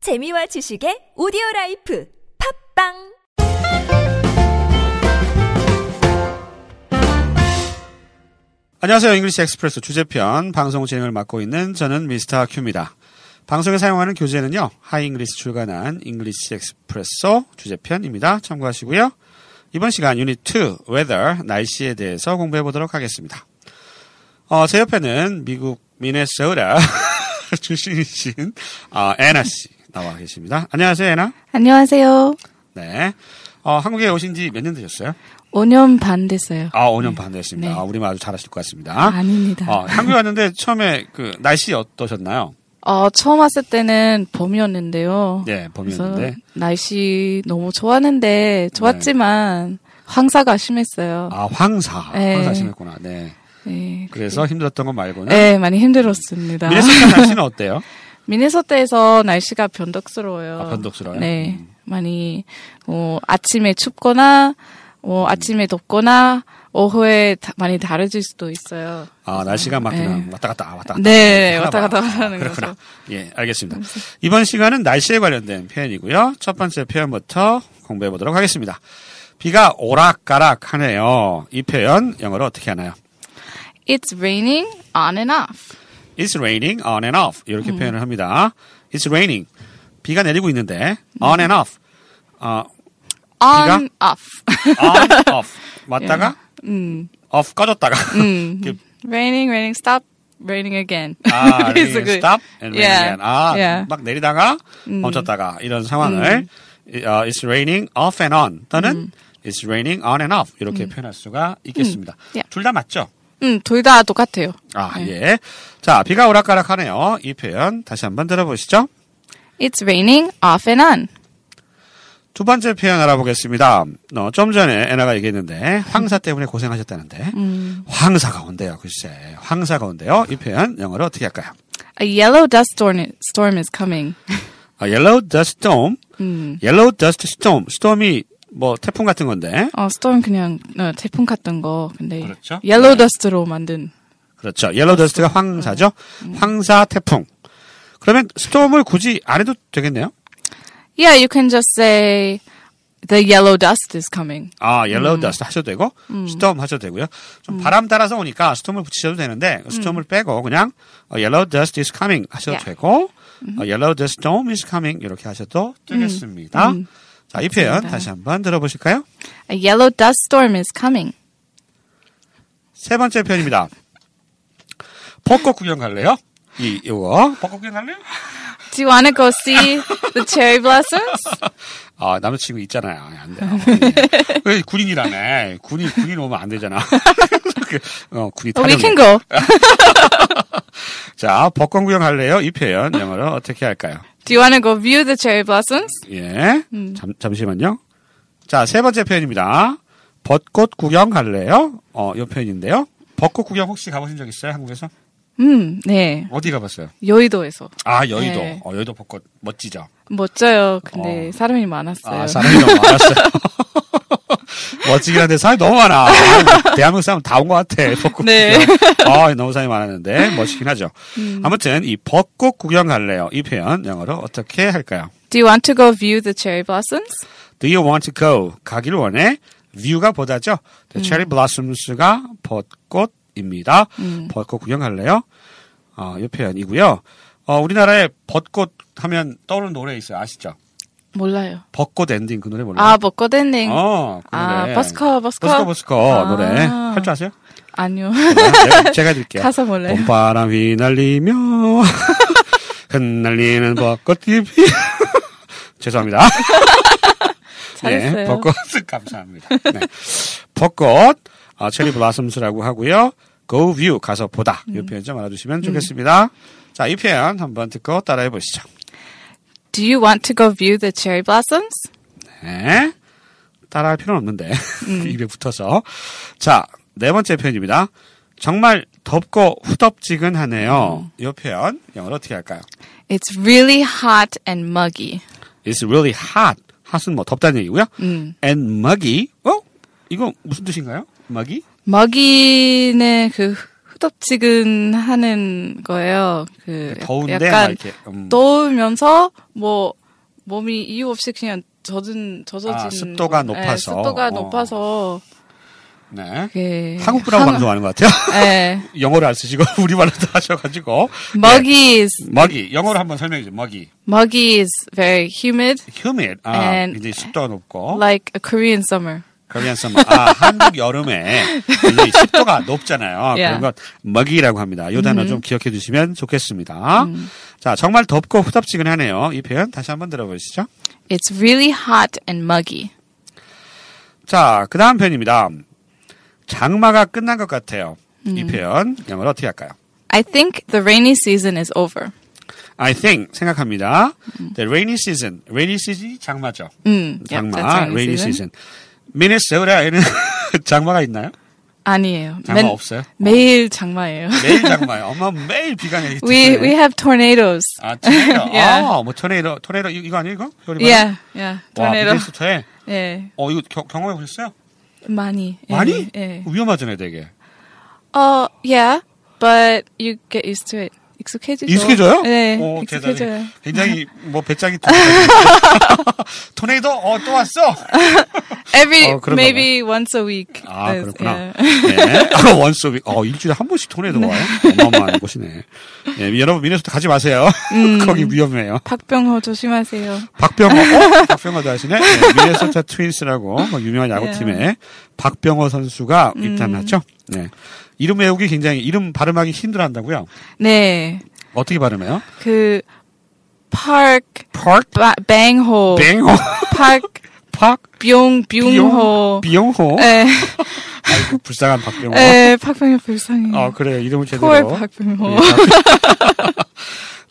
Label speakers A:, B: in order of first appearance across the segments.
A: 재미와 지식의 오디오 라이프 팝빵
B: 안녕하세요. 잉글리시 엑스프레소 주제편 방송 진행을 맡고 있는 저는 미스터 큐입니다. 방송에 사용하는 교재는요. 하이잉글리시 출간한 잉글리시 엑스프레소 주제편입니다. 참고하시고요. 이번 시간 유닛 2 weather 날씨에 대해서 공부해 보도록 하겠습니다. 어, 제 옆에는 미국 미네소타 출신이신 어, 애나 씨 나와 계십니다. 안녕하세요, 애나.
C: 안녕하세요.
B: 네. 어, 한국에 오신 지 몇 년 되셨어요?
C: 5년 반 됐어요.
B: 아, 5년 반 됐습니다.
C: 네.
B: 아, 우리말 아주 잘하실 것 같습니다.
C: 아, 닙니다
B: 어,
C: 어.
B: 한국에 왔는데 처음에 그 날씨 어떠셨나요?
C: 처음 왔을 때는 봄이었는데요.
B: 예,
C: 그래서
B: 봄이었는데.
C: 날씨 너무 좋았는데 좋았지만 황사가 심했어요.
B: 네. 아, 황사.
C: 네.
B: 황사 심했구나. 네.
C: 네,
B: 그래서 힘들었던 건 말고는.
C: 네, 많이 힘들었습니다.
B: 미네소타 날씨는 어때요?
C: 미네소타에서 날씨가 변덕스러워요.
B: 아, 변덕스러워요?
C: 네, 많이 어, 아침에 춥거나
B: 음.
C: 어, 아침에 덥거나 오후에 다- 많이 다르질 수도 있어요.
B: 아, 날씨가 막 그냥
C: 네.
B: 왔다 갔다 왔다 갔다.
C: 네,
B: 하나
C: 왔다
B: 봐.
C: 갔다
B: 아,
C: 하는
B: 그렇구나.
C: 거죠.
B: 예, 알겠습니다. 이번 시간은 날씨에 관련된 표현이고요. 첫 번째 표현부터 공부해 보도록 하겠습니다. 비가 오락가락 하네요. 이 표현 영어로 어떻게 하나요?
C: It's raining on and off.
B: It's raining on and off 이렇게
C: 음.
B: 표현을 합니다. It's raining 비가 내리고 있는데
C: 음.
B: on and off 어,
C: On, off.
B: on off 왔다가
C: 예. 음.
B: off 꺼졌다가 이렇게
C: raining, raining, stop, raining again.
B: 아, raining and
C: basically.
B: stop and raining
C: 그 Yeah.
B: again. 아,
C: Yeah. 음.
B: 막 내리다가 멈췄다가 이런 상황을 이- 어, it's raining off and on
C: 음.
B: 또는 it's raining on and off 이렇게 표현할 수가 있겠습니다.
C: Yeah. 네.
B: 둘 다 맞죠?
C: 음, 둘 다 똑같아요.
B: 아, 예. 자, 비가 오락가락하네요. 이 표현 다시 한번 들어보시죠.
C: It's raining off and on.
B: 두 번째 표현 알아보겠습니다. 어, 좀 전에 애나가 얘기했는데 황사 때문에 고생하셨다는데 황사가 온대요. 글쎄 황사가 온대요. 이 표현 영어로 어떻게 할까요?
C: A yellow dust storm is, storm is coming.
B: 아, yellow dust storm, yellow dust storm, storm이 뭐 태풍 같은 건데
C: 어, storm 그냥 어, 태풍 같은 거. 근데
B: 그렇죠.
C: yellow dust로 만든.
B: 그렇죠. yellow dust가 황사죠. 황사 태풍. 그러면 storm을 굳이 안 해도 되겠네요.
C: Yeah, you can just say the yellow dust is coming.
B: 아,
C: 음.
B: yellow dust 하셔도 되고 storm 하셔도 되고요. 좀 바람 따라서 오니까 storm을 붙이셔도 되는데 그
C: 음.
B: storm을 빼고 그냥 어, yellow dust is coming 하셔도
C: Yeah.
B: 되고
C: 음.
B: 어, yellow dust storm is coming 이렇게 하셔도 되겠습니다.
C: 음.
B: 자, 이 표현
C: 맞습니다.
B: 다시 한번 들어보실까요?
C: A yellow dust storm is coming.
B: 세 번째 표현입니다. 벚꽃 구경 갈래요? 이 이거 벚꽃 구경 갈래요?
C: Do you want to go see the cherry blossoms?
B: 아, 남자친구 있잖아요. 아, 안 돼요.
C: 음.
B: 예. 왜 군인이라네. 군인, 군인 오면 안 되잖아. 어, 군인
C: We
B: 타령이야.
C: can go.
B: 자, 벚꽃 구경 할래요? 이 표현 영어로 어떻게 할까요?
C: Do you want to go view the cherry blossoms?
B: 예.
C: 음.
B: 잠, 잠시만요. 자, 세 번째 표현입니다. 벚꽃 구경 갈래요? 어, 이 표현인데요. 벚꽃 구경 혹시 가보신 적 있어요? 한국에서?
C: 음, 네.
B: 어디 가봤어요?
C: 여의도에서.
B: 아, 여의도.
C: 네.
B: 어, 여의도 벚꽃 멋지죠?
C: 멋져요. 근데 사람이 많았어요.
B: 아, 사람이 너무 많았어요. 멋지긴 한데 사람이 너무 많아. 아, 대한민국 사람 다 온 것 같아. 벚꽃
C: 네. 음.
B: 구경. 아, 너무 사람이 많았는데 멋지긴 하죠. 아무튼 이 벚꽃 구경 갈래요. 이 표현 영어로 어떻게 할까요?
C: Do you want to go view the cherry blossoms?
B: Do you want to go? 가기를 원해. view가 보다죠.
C: 음.
B: The cherry blossoms가 벚꽃입니다.
C: 음.
B: 벚꽃 구경 갈래요? 어, 이 표현이고요. 어, 우리나라에 벚꽃 하면 떠오르는 노래 있어요. 아시죠?
C: 몰라요.
B: 벚꽃 엔딩 그 노래 몰라요?
C: 아, 벚꽃 엔딩.
B: 어, 그
C: 아,
B: 노래.
C: 버스커, 버스커.
B: 버스커 예, 버스커
C: 아.
B: 노래 할 줄 아세요?
C: 아니요.
B: 제가, 제가 해드릴게요.
C: 가사 몰라요.
B: 봄바람 휘날리며 흩날리는 벚꽃잎이 죄송합니다.
C: 잘했어요.
B: 네, 벚꽃 감사합니다. 네. 벚꽃 어, 체리 블라썸스라고 하고요. Go view 가서 보다 이
C: 음.
B: 표현 좀 알아두시면 좋겠습니다. 자, 이 표현 한번 듣고 따라해 보시죠.
C: Do you want to go view the cherry blossoms?
B: 네. 따라할 필요는 없는데
C: 음.
B: 입에 붙어서 자 네 번째 표현입니다. 정말 덥고 후덥지근하네요.
C: 음.
B: 이 표현 영어로 어떻게 할까요?
C: It's really hot and muggy.
B: It's really hot. 핫은 뭐 덥다는 얘기고요.
C: 음.
B: And muggy. 어? 이거 무슨 뜻인가요? muggy?
C: muggy는 그 후덥지근하는 거예요. 그
B: 네, 더운데 막
C: 약간
B: 이렇게 음,
C: 떠오면서 뭐 몸이 이유 없이 그냥 젖은 젖어진
B: 아, 습도가
C: 네,
B: 높아서.
C: 습도가
B: 어.
C: 높아서
B: 네.
C: 그게
B: 한국분하고 방송하는 것 같아요.
C: 예.
B: 영어를 안 쓰시고 우리말로 다 하셔가지고 네.
C: Muggy is
B: 먹이 영어로 한번 설명해 주세요. 먹이
C: muggy is very humid
B: humid 아,
C: And-
B: 굉장히 습도가 높고
C: like a Korean summer.
B: Korean summer. 아, 한국 여름에 굉장히 습도가 높잖아요.
C: Yeah. 음.
B: 그런 것 먹이라고 합니다. 이 단어 좀 기억해 두시면 좋겠습니다. 자, 정말 덥고 후덥지근하네요. 이 표현 다시 한번 들어보시죠.
C: It's really hot and muggy.
B: 자, 그 다음 표현입니다. 장마가 끝난 것 같아요.
C: 음.
B: 이 표현 영어로 어떻게 할까요?
C: I think the rainy season is over.
B: I think 생각합니다. The rainy season, rainy season이 장마죠.
C: 음, yep,
B: 장마,
C: that's rainy
B: rainy
C: season.
B: season. 미네소라에는 장마가 있나요?
C: 아니에요.
B: 장마 없어요?
C: 매일 장마예요.
B: 매일 장마요. 엄마 매일 비가 내리기
C: we
B: 때문에.
C: we have tornadoes.
B: 아, 토네이도.
C: Yeah.
B: 아, 뭐 토네이도, 토네이도 이- 이거 아니에요, 이거? 효리
C: yeah, yeah,
B: 와,
C: tornado.
B: 미네소타에.
C: 예,
B: 어, 이거 겨- 경험해 보셨어요?
C: 많이. 예,
B: 많이?
C: 예.
B: 위험하잖아요, 되게.
C: 어, yeah, but you get used to it. 익숙해지죠.
B: 익숙해져요?
C: 네,
B: 오,
C: 익숙해져요.
B: 대단해. 굉장히 뭐 배짱이 두 토네이도 어, 또 왔어.
C: Every
B: 어, 그런가
C: maybe once a week.
B: 아,
C: is-
B: 그렇구나.
C: yeah.
B: 네. 아, 원수비. 어, 일주일에 한 번씩 토네이도 와요. 어마어마한 곳이네. 예, 여러분, 미네소타 가지 마세요.
C: 음.
B: 거기 위험해요.
C: 박병호 조심하세요.
B: 박병호, 어? 박병호도 아시네? 예, 미네소타 트윈스라고 뭐 유명한 야구팀에
C: 예.
B: 박병호 선수가
C: 음.
B: 입단했죠. 네. 이름 외우기 굉장히, 이름 발음하기 힘들어 한다고요?
C: 네,
B: 어떻게 발음해요?
C: 그 park
B: Park,
C: 바, bangho,
B: 뱅호,
C: park
B: 팍,
C: 병
B: 비용,
C: 병호.
B: 비용호.
C: 예,
B: 아이고, 불쌍한 박병호.
C: 예, 박병호 불쌍해.
B: 어, 그래요. 이름을
C: 폴
B: 제대로.
C: 박병호.
B: 예.
C: 어.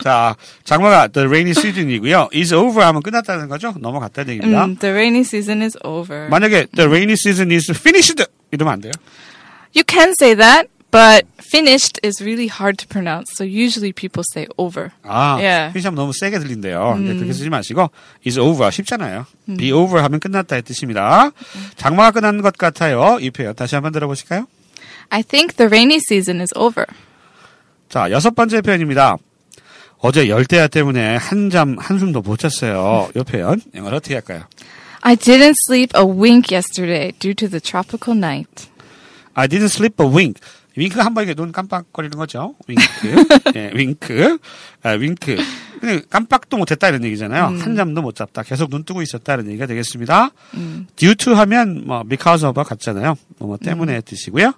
B: 자, 장마가 the rainy season이고요. is over 하면 끝났다는 거죠? 넘어갔다는 얘기입니다.
C: 음, the rainy season is over.
B: 만약에 the rainy season is finished 이러면 안 돼요.
C: You can say that, but finished is really hard to pronounce. So usually people say over.
B: 아,
C: 예. 음.
B: finish 하면 너무 세게 들린대요. 근데 그렇게 쓰지 마시고 is over 쉽잖아요. be over 하면 끝났다의 뜻입니다. 장마가 끝난 것 같아요. 이 표현 다시 한번 들어보실까요?
C: I think the rainy season is over.
B: 자, 여섯 번째 표현입니다. 어제 열대야 때문에 한잠 한숨도 못 잤어요. 이 표현 영어로 어떻게 할까요?
C: I didn't sleep a wink yesterday due to the tropical night.
B: I didn't sleep a wink. 윙크가 한번 이렇게 눈 깜빡거리는 거죠. 윙크. 예, 윙크. 아, 윙크. 근데 깜빡도 못했다 이런 얘기잖아요. 한잠도 못 잤다. 계속 눈 뜨고 있었다 이런 얘기가 되겠습니다. due to 하면 뭐 because of가 같잖아요. 뭐, 뭐 때문에 뜻이고요.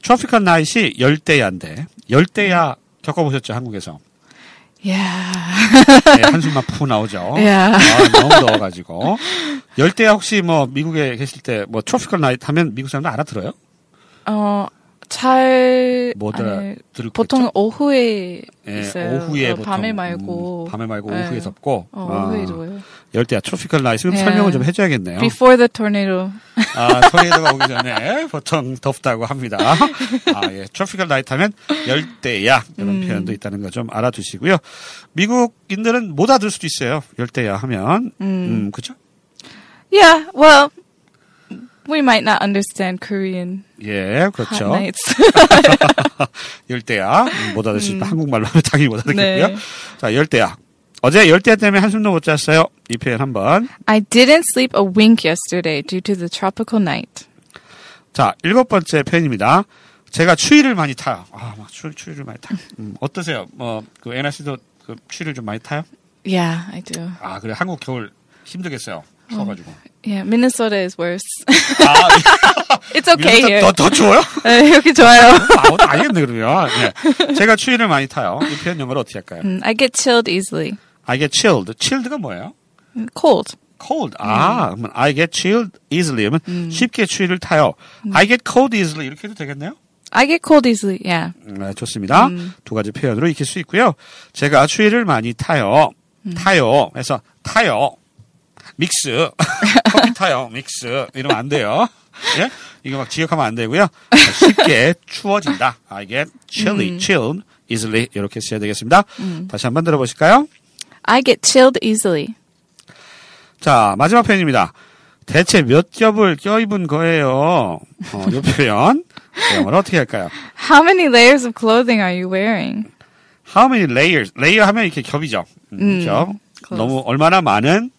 B: tropical night이 열대야인데 열대야 겪어보셨죠 한국에서
C: Yeah.
B: 예, 한숨만 푹 나오죠.
C: Yeah.
B: 아, 너무 더워가지고 열대야 혹시 뭐 미국에 계실 때 뭐 tropical night 하면 미국 사람들 알아들어요?
C: 어, 잘
B: 뭐다
C: 아니,
B: 들을
C: 보통 오후에
B: 예,
C: 있어요.
B: 오후에
C: 어,
B: 보통,
C: 밤에
B: 음,
C: 말고
B: 밤에 말고
C: 예.
B: 오후에 덥고
C: 어,
B: 아,
C: 오후에 더워요.
B: 열대야 트로피컬 라이스 그럼
C: 예.
B: 설명을 좀 해줘야겠네요.
C: Before the tornado.
B: 아 토네이도가 오기 전에 보통 덥다고 합니다. 아 예, 트로피컬 라이트 하면 열대야 이런
C: 음.
B: 표현도 있다는 거 좀 알아두시고요. 미국인들은 못 알아들 수도 있어요. 열대야 하면 음, 그죠?
C: Yeah, well, we might not understand Korean
B: 예,
C: hot
B: 그렇죠.
C: nights.
B: 열대야 음, 못 알아들 수 있다. 한국말로 하면 당연히 못 알아듣겠고요.
C: 네.
B: 자, 열대야. 어제 열대야 때문에 한숨도 못 잤어요. 이 표현 한번
C: I didn't sleep a wink yesterday due to the tropical night.
B: 자, 일곱 번째 팬입니다. 제가 추위를 많이 타요. 아, 막 추, 추위를 많이 타요. 음, 어떠세요? 뭐, 그, 에나 씨도 그 추위를 좀 많이 타요?
C: Yeah, I do.
B: 아, 그래. 한국 겨울 힘들겠어요. 추워가지고.
C: Yeah, Minnesota is worse.
B: 아,
C: it's okay
B: 미국보다
C: here.
B: 더, 더 추워요?
C: 에, 여기 좋아요.
B: 아, 어, 알겠네, 그러면. 예. 제가 추위를 많이 타요. 이 표현 영어로 어떻게 할까요?
C: 음, I get chilled easily.
B: I get chilled. chilled가 뭐예요?
C: Cold.
B: cold. 아, 그러면 I get chilled easily. 하면 쉽게 추위를 타요. I get cold easily. 이렇게 해도 되겠네요?
C: I get cold easily. Yeah.
B: 네, 좋습니다. 두 가지 표현으로 익힐 수 있고요. 제가 추위를 많이 타요. 타요. 해서 타요. 믹스. 커피 타요. 믹스. 이러면 안 돼요. 예? 이거 막 지역하면 안 되고요. 쉽게 추워진다. I get chilly, chilled easily. 이렇게 써야 되겠습니다. 다시 한번 들어보실까요?
C: I get chilled easily.
B: 자, 마지막 표현입니다. 대체 몇 겹을 껴입은 거예요? 어, 이 표현. 영어로 어떻게 할까요?
C: How many layers of clothing are you wearing?
B: How many layers? 레이어 하면 이렇게 겹이죠. 음,
C: 음,
B: 겹.
C: close.
B: 너무 얼마나 많은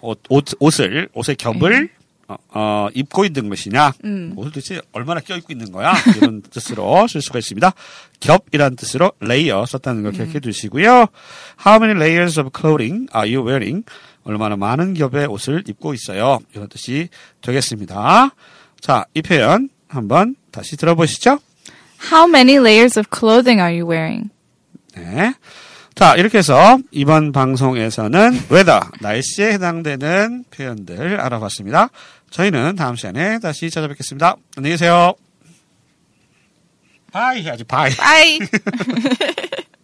B: 옷, 옷, 을 옷의 겹을 어, 어, 입고 있는 것이냐. 옷을 도대체 얼마나 껴입고 있는 거야. 이런 뜻으로 쓸 수가 있습니다. 겹이란 뜻으로 레이어 썼다는 걸 기억해 두시고요. How many layers of clothing are you wearing? 얼마나 많은 겹의 옷을 입고 있어요. 이런 뜻이 되겠습니다. 자, 이 표현 한번 다시 들어보시죠.
C: How many layers of clothing are you wearing?
B: 네. 자, 이렇게 해서 이번 방송에서는 weather, 날씨에 해당되는 표현들 알아봤습니다. 저희는 다음 시간에 다시 찾아뵙겠습니다. 안녕히 계세요. 바이 해야지, 바이.
C: Bye.